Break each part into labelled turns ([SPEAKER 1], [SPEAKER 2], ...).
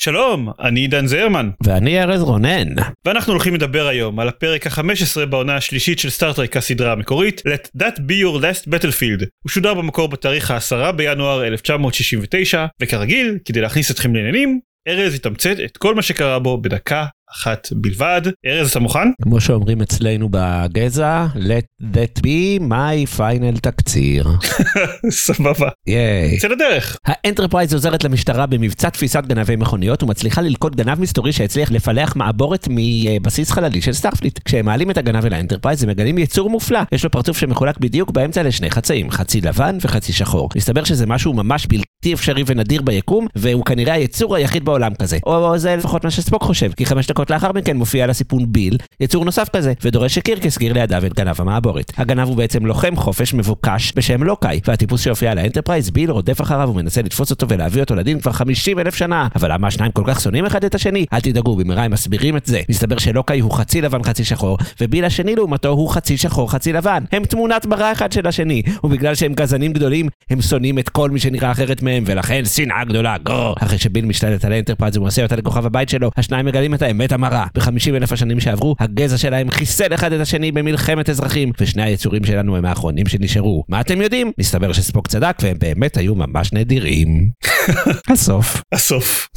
[SPEAKER 1] שלום, אני עידן זרמן,
[SPEAKER 2] ואני ארז רונן.
[SPEAKER 1] ואנחנו הולכים לדבר היום על הפרק ה-15 בעונה השלישית של סטארט-טרק הסדרה המקורית, Let That Be Your Last Battlefield. הוא שודר במקור בתאריך ה-10 בינואר 1969, וכרגיל, כדי להכניס אתכם לעניינים, ארז יתמצת את כל מה שקרה בו בדקה אחת בלבד. ארז, אתה מוכן?
[SPEAKER 2] כמו שאומרים אצלנו בגזע, let that be my final תקציר.
[SPEAKER 1] סבבה.
[SPEAKER 2] אה. ייי.
[SPEAKER 1] יצא לדרך.
[SPEAKER 2] האנטרפרייז עוזרת למשטרה במבצע תפיסת גנבי מכוניות ומצליחה ללכוד גנב מסתורי שהצליח לפלח מעבורת מבסיס חללי של סטארפליט. כשהם מעלים את הגנב אל האנטרפרייז הם מגלים יצור מופלא, יש לו פרצוף שמחולק בדיוק באמצע לשני חצאים, חצי לבן וחצי שחור. מסתבר שזה משהו ממש בלתי אפשרי ונדיר ביקום, והוא כנראה היצור היחיד בעולם כזה. או זה לפחות מה שספוק חושב, כי חמש דקות לאחר מכן מופיע על הסיפון ביל, יצור נוסף כזה, ודורש שקירקס גיר לידיו את גנב המעבורת. הגנב הוא בעצם לוחם חופש מבוקש בשם לוקאי, והטיפוס שהופיע על האנטרפרייז, ביל רודף אחריו ומנסה לתפוס אותו ולהביא אותו לדין כבר 50 אלף שנה, אבל למה השניים כל כך שונאים אחד את השני? אל תדאגו, במהרה הם מסבירים את זה. מסתבר שלוקאי הוא חצי לבן חצי שחור, וביל השני לעומתו הוא חצי שחור חצי לבן. הם תמונת מראה אחד של השני, ובגלל שהם גזענים גדולים, הם שונאים את כל מי שנראה אחרת מהם, ולכן שנאה גדולה, גו! אחרי שביל משתלט על האנטרפרייז ומעשה אותה לכוכב הבית שלו, השניים מגלים את האמת המרה. ב-50 אלף השנים שעברו, הגזע שלהם חיסל אחד את השני במלחמת אזרחים, ושני היצורים שלנו הם האחרונים שנשארו. מה אתם יודעים? מסתבר שספוק צדק, והם באמת היו ממש נדירים. הסוף.
[SPEAKER 1] הסוף.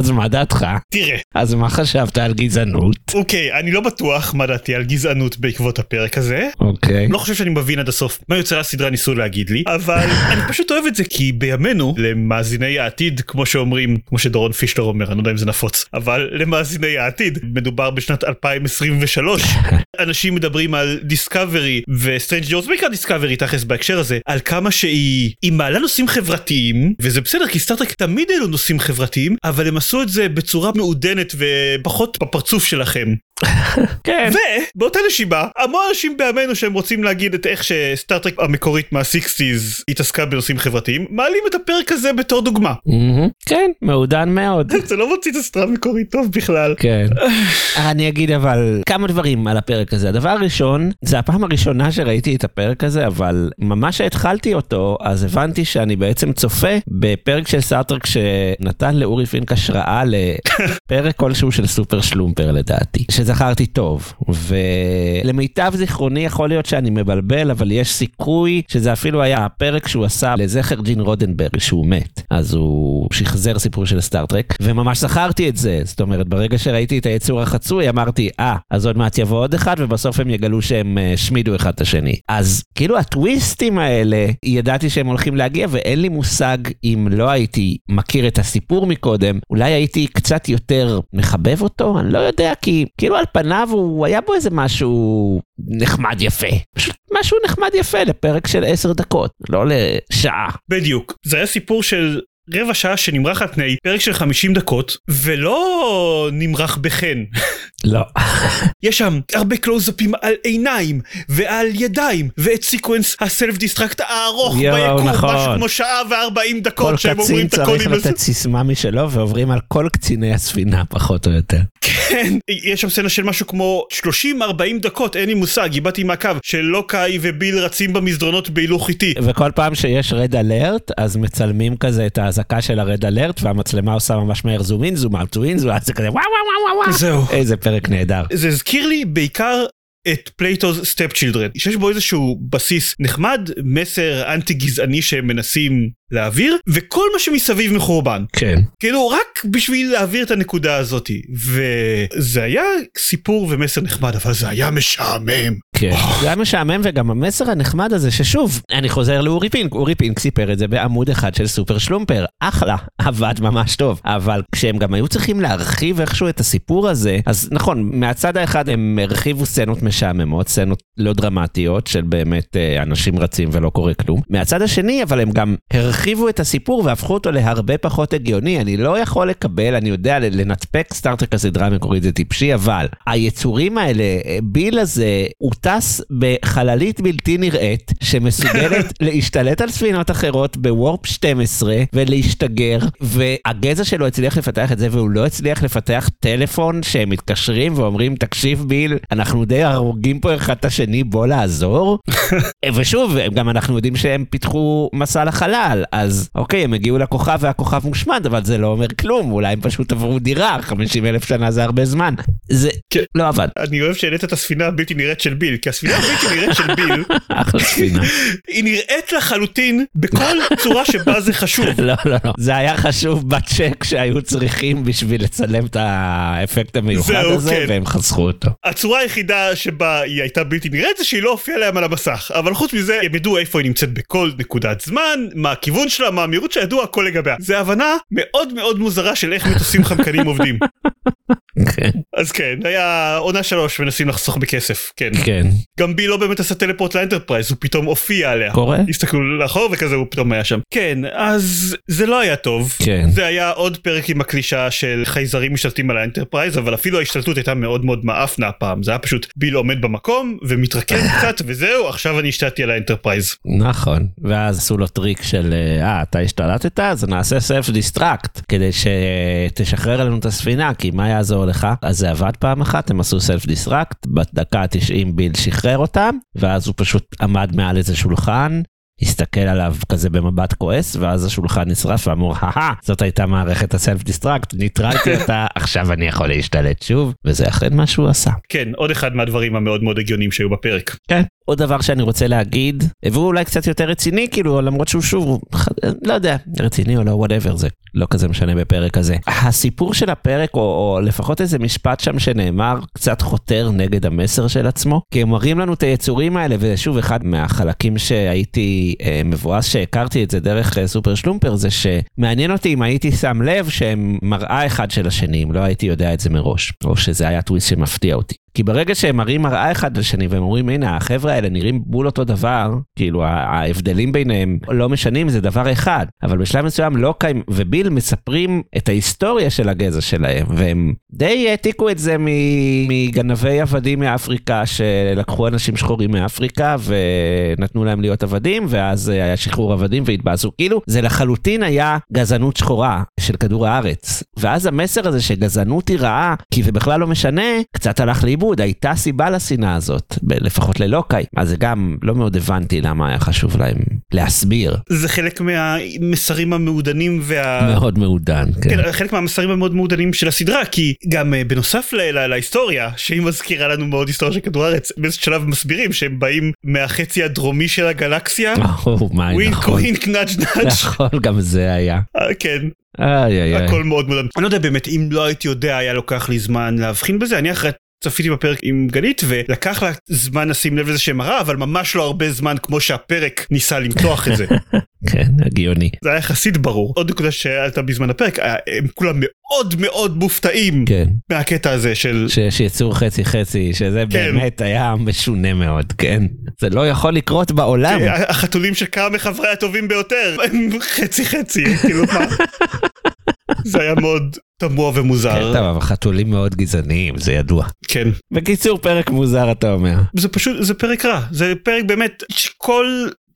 [SPEAKER 2] אז מה דעתך?
[SPEAKER 1] תראה,
[SPEAKER 2] אז מה חשבת על גזענות?
[SPEAKER 1] אוקיי, אני לא בטוח מה דעתי על גזענות בעקבות הפרק הזה.
[SPEAKER 2] אוקיי.
[SPEAKER 1] לא חושב שאני מבין עד הסוף מה יוצרי הסדרה ניסו להגיד לי אבל אני פשוט אוהב את זה כי בימינו למאזיני העתיד כמו שאומרים כמו שדורון פישלר אומר אני לא יודע אם זה נפוץ אבל למאזיני העתיד מדובר בשנת 2023 אנשים מדברים על דיסקאברי וסטרנג' ג'ורס בעיקר דיסקאברי תכלס בהקשר הזה על כמה שהיא היא מעלה נושאים חברתיים וזה בסדר כי סטארטק תמיד העלו נושאים חברתיים אבל הם עשו את זה בצורה מעודנת ופחות בפרצוף שלכם
[SPEAKER 2] כן.
[SPEAKER 1] ובאותה נשימה המון אנשים בימינו שהם רוצים להגיד את איך שסטארטרק המקורית מה-60's התעסקה בנושאים חברתיים מעלים את הפרק הזה בתור דוגמה.
[SPEAKER 2] מהמם. כן, מעודן מאוד.
[SPEAKER 1] זה לא מוציא את הסדרה המקורית טוב בכלל.
[SPEAKER 2] כן. אני אגיד אבל כמה דברים על הפרק הזה. הדבר הראשון, זה הפעם הראשונה שראיתי את הפרק הזה, אבל ממש שהתחלתי אותו, אז הבנתי שאני בעצם צופה בפרק של סארטרק שנתן לאורי פינק השראה לפרק כלשהו של סופר שלומפר לדעתי, שזכרתי טוב. ולמיטב זיכרוני יכול להיות שאני מבלבל, אבל יש סיכוי שזה אפילו היה הפרק שהוא עשה לזכר ג'ין רודנברי שהוא מת. אז הוא שחזר סיפור של סטארטרק, וממש זכרתי את זה. זאת אומרת, ברגע שראיתי את היצור החצוי, אמרתי, אה, אז עוד מעט יבוא עוד אחד, ובסוף הם יגלו שהם אה, השמידו אחד את השני. אז כאילו הטוויסטים האלה, ידעתי שהם הולכים להגיע, ואין לי מושג אם לא הייתי מכיר את הסיפור מקודם, אולי הייתי קצת יותר מחבב אותו, אני לא יודע, כי כאילו על פניו הוא היה בו איזה משהו נחמד יפה. פשוט משהו נחמד יפה לפרק של עשר דקות, לא לשעה.
[SPEAKER 1] בדיוק. זה היה סיפור של... רבע שעה שנמרח על פני פרק של 50 דקות ולא נמרח בחן
[SPEAKER 2] לא.
[SPEAKER 1] יש שם הרבה קלוזאפים על עיניים ועל ידייים ואת סיקוונס הסלף דיסטרקט הארוך
[SPEAKER 2] יואו,
[SPEAKER 1] ביקום משהו
[SPEAKER 2] נכון.
[SPEAKER 1] כמו שעה וארבעים
[SPEAKER 2] כל
[SPEAKER 1] דקות שהם אומרים
[SPEAKER 2] קצין
[SPEAKER 1] את הקודים
[SPEAKER 2] צריך
[SPEAKER 1] לזה.
[SPEAKER 2] לתת סיסמה משלו ועוברים על כל קציני הספינה פחות או יותר.
[SPEAKER 1] כן, יש שם סצנה של משהו כמו 30-40 דקות, אין לי מושג, איבדתי מהקו, שלוקאי וביל רצים במסדרונות בהילוך איטי.
[SPEAKER 2] וכל פעם שיש רד אלרט אז מצלמים כזה את האזעקה של הרד אלרט והמצלמה עושה ממש מהר זום אין זום אאוט זום אין זום אאוט זה כזה וואו וואו וואו וואו.
[SPEAKER 1] זהו.
[SPEAKER 2] איזה פרק נהדר.
[SPEAKER 1] זה הזכיר לי בעיקר... את פלייטו's סטפ צ'ילדרן, שיש בו איזשהו בסיס נחמד, מסר אנטי גזעני שהם מנסים להעביר, וכל מה שמסביב מחורבן.
[SPEAKER 2] כן.
[SPEAKER 1] כאילו רק בשביל להעביר את הנקודה הזאת, וזה היה סיפור ומסר נחמד, אבל זה היה משעמם.
[SPEAKER 2] כן. זה היה משעמם וגם המסר הנחמד הזה ששוב, אני חוזר לאורי פינק, אורי פינק סיפר את זה בעמוד אחד של סופר שלומפר, אחלה, עבד ממש טוב, אבל כשהם גם היו צריכים להרחיב איכשהו את הסיפור הזה, אז נכון, מהצד האחד הם הרחיבו סצנות משעממות, סצנות לא דרמטיות של באמת אה, אנשים רצים ולא קורה כלום, מהצד השני אבל הם גם הרחיבו. הרחיבו את הסיפור והפכו אותו להרבה פחות הגיוני. אני לא יכול לקבל, אני יודע, לנתפק סטארטרק הסדרה המקורית זה טיפשי, אבל היצורים האלה, ביל הזה, הוא טס בחללית בלתי נראית, שמסוגלת להשתלט על ספינות אחרות בוורפ 12 ולהשתגר, והגזע שלו הצליח לפתח את זה, והוא לא הצליח לפתח טלפון שהם מתקשרים ואומרים, תקשיב ביל, אנחנו די הורגים פה אחד את השני, בוא לעזור. ושוב, גם אנחנו יודעים שהם פיתחו מסע לחלל, אז אוקיי, הם הגיעו לכוכב והכוכב מושמד, אבל זה לא אומר כלום, אולי הם פשוט עברו דירה, 50 אלף שנה זה הרבה זמן. זה
[SPEAKER 1] כן.
[SPEAKER 2] לא עבד.
[SPEAKER 1] אני אוהב שהעלית את הספינה הבלתי נראית של ביל, כי הספינה הבלתי נראית של ביל,
[SPEAKER 2] אחלה ספינה.
[SPEAKER 1] היא נראית לחלוטין בכל צורה שבה זה חשוב.
[SPEAKER 2] לא, לא, לא. זה היה חשוב בצ'ק שהיו צריכים בשביל לצלם את האפקט המיוחד
[SPEAKER 1] זהו,
[SPEAKER 2] הזה,
[SPEAKER 1] כן.
[SPEAKER 2] והם חסכו אותו.
[SPEAKER 1] הצורה היחידה שבה היא הייתה בלתי נראית זה שהיא לא הופיעה להם על המסך, אבל חוץ מזה הם ידעו איפה היא נמצאת בכל נקודת זמן, מה הכיוון שלה, מה המהירות שלה, ידעו הכל לגביה. זה הבנה מאוד מאוד מוזרה של איך מטוסים חמקנים עובדים.
[SPEAKER 2] כן.
[SPEAKER 1] אז כן, היה עונה שלוש מנסים לחסוך בכסף, כן.
[SPEAKER 2] כן.
[SPEAKER 1] גם בי לא באמת עשה טלפורט לאנטרפרייז, הוא פתאום הופיע עליה.
[SPEAKER 2] קורה?
[SPEAKER 1] הסתכלו לאחור וכזה הוא פתאום היה שם. כן, אז זה לא היה טוב.
[SPEAKER 2] כן.
[SPEAKER 1] זה היה עוד פרק עם הקלישה של חייזרים משתלטים על האנטרפרייז, אבל אפילו ההשתלטות הייתה מאוד מאוד מאפנה הפעם. זה היה פשוט ביל עומד במקום ומתרקם קצת וזהו, עכשיו אני השתלטתי על האנטרפרייז.
[SPEAKER 2] נכון, ואז עשו לו טריק של, אה, אתה השתלטת? אז נעשה סלף דיסטרקט, כדי שתשחרר לנו את הספינה, כי מה יעזור לך? אז זה עבד פעם אחת, הם עשו סלף דיסטרקט, בדקה ה-90 ביל שחרר אותם, ואז הוא פשוט עמד מעל איזה שולחן. הסתכל עליו כזה במבט כועס, ואז השולחן נשרף ואמור, הא זאת הייתה מערכת הסלף דיסטרקט, ניטרלתי אותה, עכשיו אני יכול להשתלט שוב, וזה אכן מה שהוא עשה.
[SPEAKER 1] כן, עוד אחד מהדברים המאוד מאוד הגיוניים שהיו בפרק.
[SPEAKER 2] כן. עוד דבר שאני רוצה להגיד, והוא אולי קצת יותר רציני, כאילו, למרות שהוא שוב, הוא ח- לא יודע, רציני או לא, וואטאבר, זה לא כזה משנה בפרק הזה. הסיפור של הפרק, או, או לפחות איזה משפט שם שנאמר, קצת חותר נגד המסר של עצמו, כי הם מראים לנו את היצורים האלה, ושוב, אחד מהחלקים שהייתי אה, מבואס שהכרתי את זה דרך אה, סופר שלומפר, זה שמעניין אותי אם הייתי שם לב שהם מראה אחד של השני, אם לא הייתי יודע את זה מראש, או שזה היה טוויסט שמפתיע אותי. כי ברגע שהם מראים מראה אחד לשני והם אומרים הנה החבר'ה האלה נראים בול אותו דבר כאילו ה- ההבדלים ביניהם לא משנים זה דבר אחד אבל בשלב מסוים לוקהיים וביל מספרים את ההיסטוריה של הגזע שלהם והם די העתיקו את זה מ- מגנבי עבדים מאפריקה שלקחו אנשים שחורים מאפריקה ונתנו להם להיות עבדים ואז אה, היה שחרור עבדים והתבאסו כאילו זה לחלוטין היה גזענות שחורה של כדור הארץ ואז המסר הזה שגזענות היא רעה כי זה בכלל לא משנה קצת הלך לאיבוד הייתה סיבה לשנאה הזאת ב- לפחות ללוקאי אז זה גם לא מאוד הבנתי למה היה חשוב להם להסביר
[SPEAKER 1] זה חלק מהמסרים המעודנים וה...
[SPEAKER 2] מאוד מעודן כן.
[SPEAKER 1] כן, חלק מהמסרים המאוד מעודנים של הסדרה, כי גם אה, בנוסף ל- ל- להיסטוריה, שהיא מזכירה לנו מאוד היסטוריה של כדור הארץ, באיזשהו שלב מסבירים שהם באים מהחצי הדרומי של הגלקסיה,
[SPEAKER 2] או, מה,
[SPEAKER 1] ווינק
[SPEAKER 2] אה, נכון
[SPEAKER 1] ווינק נאג' נאג',
[SPEAKER 2] נכון גם זה היה
[SPEAKER 1] אה, כן,
[SPEAKER 2] איי איי איי
[SPEAKER 1] הכל מאוד מודן. אני לא יודע באמת, אם לא הייתי יודע, היה לוקח לי זמן להבחין בזה, אני אחרי... צפיתי בפרק עם גלית ולקח לה זמן לשים לב לזה שמראה אבל ממש לא הרבה זמן כמו שהפרק ניסה למתוח את זה.
[SPEAKER 2] כן הגיוני
[SPEAKER 1] זה היה יחסית ברור. עוד נקודה שעלתה בזמן הפרק, היה- הם כולם מאוד מאוד מופתעים
[SPEAKER 2] כן
[SPEAKER 1] מהקטע הזה של
[SPEAKER 2] שיש יצור חצי חצי שזה
[SPEAKER 1] כן.
[SPEAKER 2] באמת היה משונה מאוד כן זה לא יכול לקרות בעולם
[SPEAKER 1] אה, החתולים של כמה מחברי הטובים ביותר, הם חצי חצי, כאילו מה? זה היה מאוד תמוה
[SPEAKER 2] כן,
[SPEAKER 1] ומוזר,
[SPEAKER 2] טוב, אבל חתולים מאוד גזעניים, זה ידוע.
[SPEAKER 1] כן.
[SPEAKER 2] בקיצור, פרק מוזר אתה אומר.
[SPEAKER 1] זה פשוט, זה פרק רע, זה פרק באמת שכל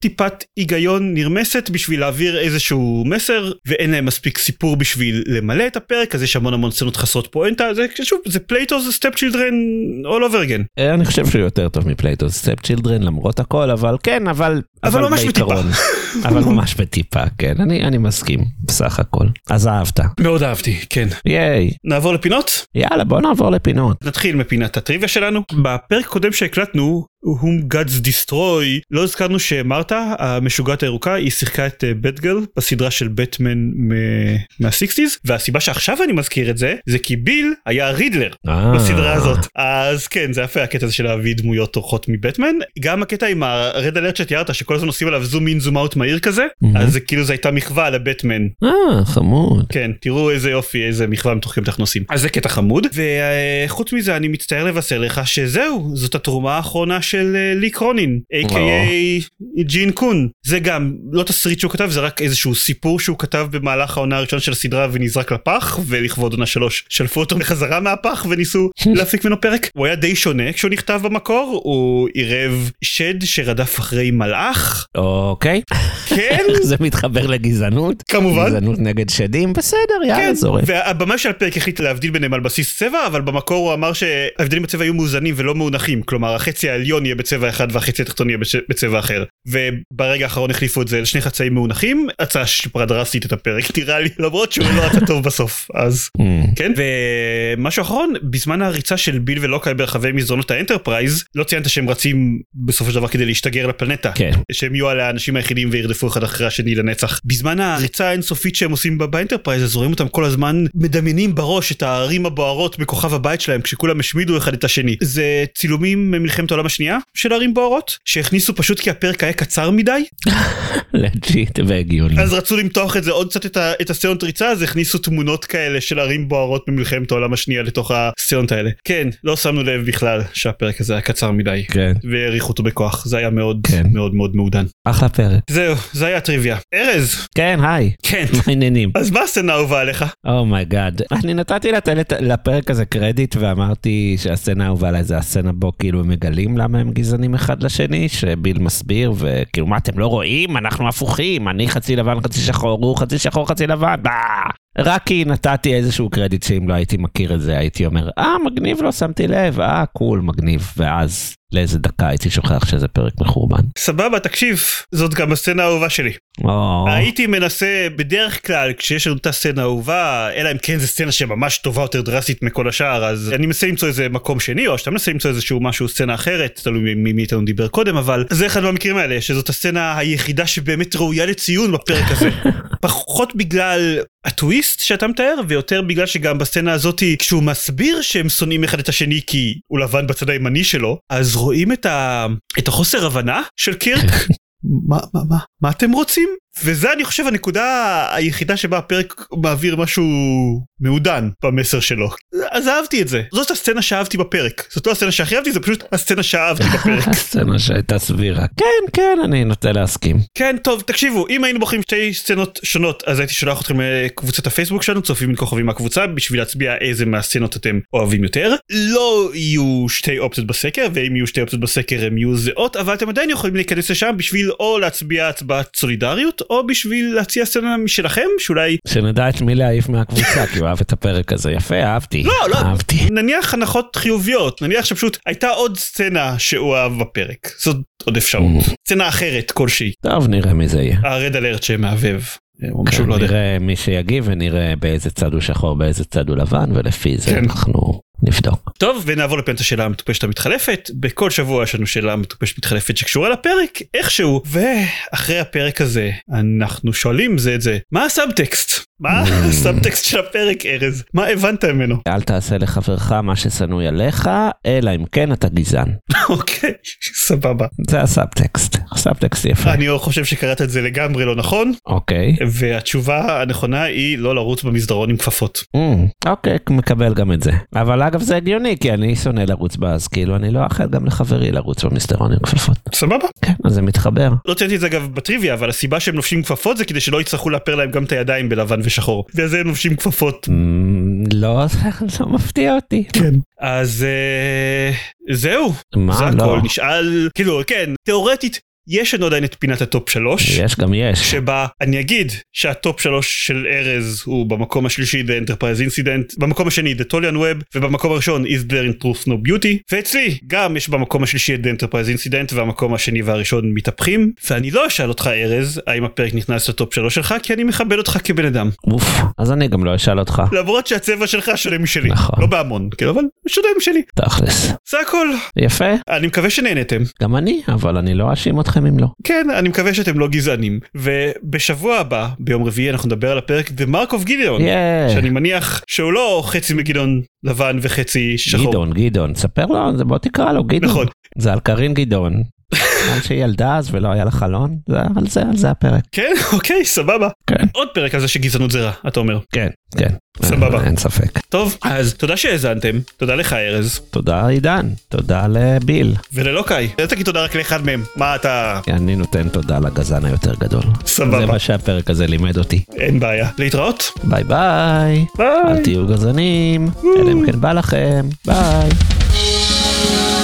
[SPEAKER 1] טיפת היגיון נרמסת בשביל להעביר איזשהו מסר, ואין להם מספיק סיפור בשביל למלא את הפרק, אז יש המון המון סצנות חסרות פואנטה, זה שוב, זה פלייטוס סטפ צ'ילדרן all over again.
[SPEAKER 2] אה, אני חושב שהוא יותר טוב מפלייטו סטפ צ'ילדרן למרות הכל, אבל כן, אבל...
[SPEAKER 1] אבל ממש
[SPEAKER 2] אבל ממש בטיפה, כן, אני, אני מסכים, בסך הכל. אז אהבת.
[SPEAKER 1] מאוד אהבתי, כן.
[SPEAKER 2] ייי.
[SPEAKER 1] נעבור לפינות?
[SPEAKER 2] יאללה, בוא נעבור לפינות.
[SPEAKER 1] נתחיל מפינת הטריוויה שלנו. בפרק הקודם שהקלטנו, Whom Gods Destroy, לא הזכרנו שמרתה, המשוגעת הירוקה, היא שיחקה את בטגל בסדרה של בטמן מ- מה-60's, והסיבה שעכשיו אני מזכיר את זה, זה כי ביל היה רידלר.
[SPEAKER 2] אה,
[SPEAKER 1] בסדרה הזאת אז כן זה יפה הקטע הזה של להביא דמויות אורחות מבטמן גם הקטע עם הרד אלרט שתיארת שכל הזמן עושים עליו זום אין זום אאוט מהיר כזה
[SPEAKER 2] Mhm.
[SPEAKER 1] אז זה כאילו זה הייתה מחווה לבטמן
[SPEAKER 2] אה, חמוד.
[SPEAKER 1] כן, תראו איזה יופי, איזה מחווה מתוחכמת אנחנו עושים. אז זה קטע חמוד, וחוץ מזה אני מצטער לבשר לך שזהו, זאת התרומה האחרונה ש... של אה, לי קרונין, a.k.a. ג'ין קון. זה גם לא תסריט שהוא כתב, זה רק איזשהו סיפור שהוא כתב במהלך העונה הראשונה של הסדרה ונזרק לפח, ולכבוד עונה שלוש שלפו אותו בחזרה מהפח וניסו להפיק ממנו פרק. הוא היה די שונה כשהוא נכתב במקור, הוא עירב שד שרדף אחרי מלאך,
[SPEAKER 2] אוקיי.
[SPEAKER 1] כן,
[SPEAKER 2] איך זה מתחבר לגזענות?
[SPEAKER 1] כמובן.
[SPEAKER 2] גזענות נגד שדים? בסדר,
[SPEAKER 1] כן,
[SPEAKER 2] יאללה, זורם.
[SPEAKER 1] והבמאי של הפרק החליט להבדיל ביניהם על בסיס צבע, אבל במקור הוא אמר שההבדלים בצבע יהיו מאוזנים ולא מאונחים, כלומר החצי העליון יהיה בצבע אחד והחצי התחתון יהיה בצ- בצבע אחר. וברגע האחרון החליפו את זה לשני חצאים מאונחים, הצעה ששיפרה דרסטית את הפרק, נראה לי, למרות שהוא לא רצה טוב בסוף, אז
[SPEAKER 2] Mm.
[SPEAKER 1] כן. ומשהו אחרון, בזמן הריצה של ביל ולוקאי ברחבי מסדרונות האנטרפרייז, לא ציינת שהם רצים בסופו של דבר כדי להשתגר לפלנטה.
[SPEAKER 2] כן.
[SPEAKER 1] שהם יהיו על האנשים היחידים וירדפו אחד אחרי השני לנצח. בזמן ההריצה האינסופית שהם עושים ב- באנטרפרייז אז רואים אותם כל הזמן מדמיינים בראש את הערים הבוערות בכוכב הבית שלהם כשכולם השמידו אחד את השני. זה צילומים ממלחמת העולם השנייה של ערים בוערות שהכניסו פשוט כי הפרק היה קצר מדי
[SPEAKER 2] לג'יט והגיוני.
[SPEAKER 1] אז רצו למתוח את זה עוד קצת את, ה- את הסצנות ריצה אז הכניסו תמונות כאלה של ערים בוערות ממלחמת העולם השנייה לתוך הסצנות האלה. כן לא שמנו לב בכלל שהפרק הזה היה קצר מדי.
[SPEAKER 2] כן.
[SPEAKER 1] והעריכו אותו בכוח זה היה מאוד
[SPEAKER 2] כן.
[SPEAKER 1] מאוד מאוד מעודן.
[SPEAKER 2] אחלה פרק.
[SPEAKER 1] זהו זה היה הטריוויה. ארז
[SPEAKER 2] כן, היי.
[SPEAKER 1] כן.
[SPEAKER 2] מה העניינים?
[SPEAKER 1] אז מה הסצנה האהובה עליך?
[SPEAKER 2] אומייגאד. אני נתתי לת- לת- לפרק הזה קרדיט ואמרתי שהסצנה האהובה עליי זה הסצנה בו כאילו הם מגלים למה הם גזענים אחד לשני, שביל מסביר וכאילו מה אתם לא רואים? אנחנו הפוכים, אני חצי לבן חצי שחור, הוא חצי שחור חצי לבן, בא. רק כי נתתי איזשהו קרדיט שאם לא הייתי מכיר את זה הייתי אומר אה מגניב לא שמתי לב, אה קול מגניב, ואז לאיזה דקה הייתי שוכח שזה פרק מחורבן.
[SPEAKER 1] סבבה, תקשיב, זאת גם הסצנה האהובה שלי.
[SPEAKER 2] או,
[SPEAKER 1] הייתי מנסה בדרך כלל כשיש לנו את הסצנה האהובה, אלא אם כן זו סצנה שממש טובה יותר דרסטית מכל השאר, אז אני מנסה למצוא איזה מקום שני, או שאתה מנסה למצוא איזשהו משהו, סצנה אחרת, תלוי מ- מי מאיתנו דיבר קודם, אבל זה אחד מהמקרים האלה, שזאת הסצנה היחידה שבאמת ראויה לציון בפרק הזה. פחות בגלל הטוויסט שאתה מתאר, ויותר בגלל שגם בסצנה הזאת, כשהוא מסביר שהם שונאים אחד את השני כי הוא לבן בצד הימני שלו, אז רואים את, ה... את החוסר הבנה של קירק. מה, מה, מה, מה אתם רוצים? וזה אני חושב הנקודה היחידה שבה הפרק מעביר משהו מעודן במסר שלו. אז אהבתי את זה. זאת הסצנה שאהבתי בפרק. זאת לא הסצנה שהכי אהבתי, זה פשוט הסצנה שאהבתי בפרק.
[SPEAKER 2] סצנה שהייתה סבירה. כן, כן, אני נוטה להסכים.
[SPEAKER 1] כן, טוב, תקשיבו, אם היינו בוחרים שתי סצנות שונות, אז הייתי שולח אתכם לקבוצת הפייסבוק שלנו, צופים עם כוכבים מהקבוצה, בשביל להצביע איזה מהסצנות אתם אוהבים יותר. לא יהיו שתי אופציות בסקר, ואם יהיו שתי אופציות בסקר הן יהיו זהות, אבל אתם עדיין יכולים להיכנס לשם בשביל או להצביע הצבעת סולידריות, או בשביל להציע סצנה משלכם, שאולי
[SPEAKER 2] שנדע את מי להעיף מהקבוצה, כי הוא אהב את הפרק הזה. יפה, אהבתי.
[SPEAKER 1] לא, לא.
[SPEAKER 2] אהבתי.
[SPEAKER 1] נניח הנחות חיוביות, נניח שפשוט הייתה עוד סצנה שהוא אהב בפרק. זאת עוד אפשרות.
[SPEAKER 2] Mm.
[SPEAKER 1] סצנה אחרת כלשהי,
[SPEAKER 2] טוב, נראה מי זה יהיה.
[SPEAKER 1] הרד אלרט שמעבב. או משהו לא יודע.
[SPEAKER 2] נראה מי שיגיב ונראה באיזה צד הוא שחור, באיזה צד הוא לבן, ולפי זה
[SPEAKER 1] כן.
[SPEAKER 2] אנחנו נבדוק.
[SPEAKER 1] טוב, ונעבור לפנת השאלה המטופשת המתחלפת. בכל שבוע יש לנו שאלה מטופשת מתחלפת שקשורה לפרק, איכשהו. ואחרי הפרק הזה, אנחנו שואלים זה את זה, מה הסאבטקסט? מה הסאבטקסט של הפרק, ארז? מה הבנת ממנו?
[SPEAKER 2] אל תעשה לחברך מה ששנוא עליך, אלא אם כן אתה גזען.
[SPEAKER 1] אוקיי, סבבה.
[SPEAKER 2] זה הסאבטקסט. הסאבטקסט יפה.
[SPEAKER 1] אני חושב שקראת את זה לגמרי לא נכון,
[SPEAKER 2] אוקיי.
[SPEAKER 1] והתשובה הנכונה היא לא לרוץ במסדרון עם כפפות.
[SPEAKER 2] אמ, אוקיי, מקבל גם את זה. אבל אגב זה הגיוני, כי אני שונא לרוץ בה, אז כאילו אני לא אאחל גם לחברי לרוץ במסדרון עם כפפות.
[SPEAKER 1] סבבה.
[SPEAKER 2] כן, אז זה מתחבר.
[SPEAKER 1] לא ציינתי את זה אגב בטריוויה, אבל הסיבה שהם לובשים כפפות זה כדי שלא יצטרכו לאפר להם גם את הידיים בלבן ושחור. בגלל זה הם לובשים כפפות
[SPEAKER 2] אמ, לא, זה לא מפתיע אותי.
[SPEAKER 1] כן. אז אה, זהו, זה
[SPEAKER 2] מה לא?
[SPEAKER 1] הכל נשאל, כאילו כן, תיאורטית יש לנו עדיין את פינת הטופ 3,
[SPEAKER 2] יש גם יש.
[SPEAKER 1] שבה אני אגיד שהטופ 3 של ארז הוא במקום השלישי The Enterprise Incident, במקום השני The Tolian Web, ובמקום הראשון Is There in Truth No Beauty, ואצלי גם יש במקום השלישי את The Enterprise Incident, והמקום השני והראשון מתהפכים, ואני לא אשאל אותך ארז, האם הפרק נכנס לטופ 3 שלך, כי אני מכבד אותך כבן אדם.
[SPEAKER 2] אוף, אז אני גם לא אשאל אותך.
[SPEAKER 1] למרות שהצבע שלך שונה משלי,
[SPEAKER 2] נכון.
[SPEAKER 1] לא בהמון, כן, אבל שונה משלי,
[SPEAKER 2] תכלס.
[SPEAKER 1] זה הכל.
[SPEAKER 2] יפה,
[SPEAKER 1] אני מקווה שנהנתם
[SPEAKER 2] גם אני, אבל אני לא אאשים אתכם אם לא.
[SPEAKER 1] כן אני מקווה שאתם לא גזענים ובשבוע הבא ביום רביעי אנחנו נדבר על הפרק The Mark of Gideon
[SPEAKER 2] יאה.
[SPEAKER 1] שאני מניח שהוא לא חצי מגדעון לבן וחצי שחור
[SPEAKER 2] גדעון, גדעון, ספר לו, זה- בוא תקרא לו, גדעון.
[SPEAKER 1] נכון
[SPEAKER 2] זה על קארין גדעון. בגלל שהיא ילדה אז ולא היה לה חלון, זה על זה, על זה הפרק.
[SPEAKER 1] כן, אוקיי, סבבה.
[SPEAKER 2] כן.
[SPEAKER 1] עוד פרק על זה שגזענות זה רע, אתה אומר.
[SPEAKER 2] כן, כן.
[SPEAKER 1] סבבה.
[SPEAKER 2] אין ספק.
[SPEAKER 1] טוב, אז תודה שהאזנתם, תודה לך ארז,
[SPEAKER 2] תודה עידן, תודה לביל.
[SPEAKER 1] וללא קאי. אל תגיד תודה רק לאחד מהם, מה אתה...
[SPEAKER 2] אני נותן תודה לגזן היותר גדול.
[SPEAKER 1] סבבה.
[SPEAKER 2] זה מה שהפרק הזה לימד אותי.
[SPEAKER 1] אין בעיה. להתראות?
[SPEAKER 2] ביי ביי.
[SPEAKER 1] ביי.
[SPEAKER 2] אל תהיו גזענים, אלא אם כן בא לכם. ביי.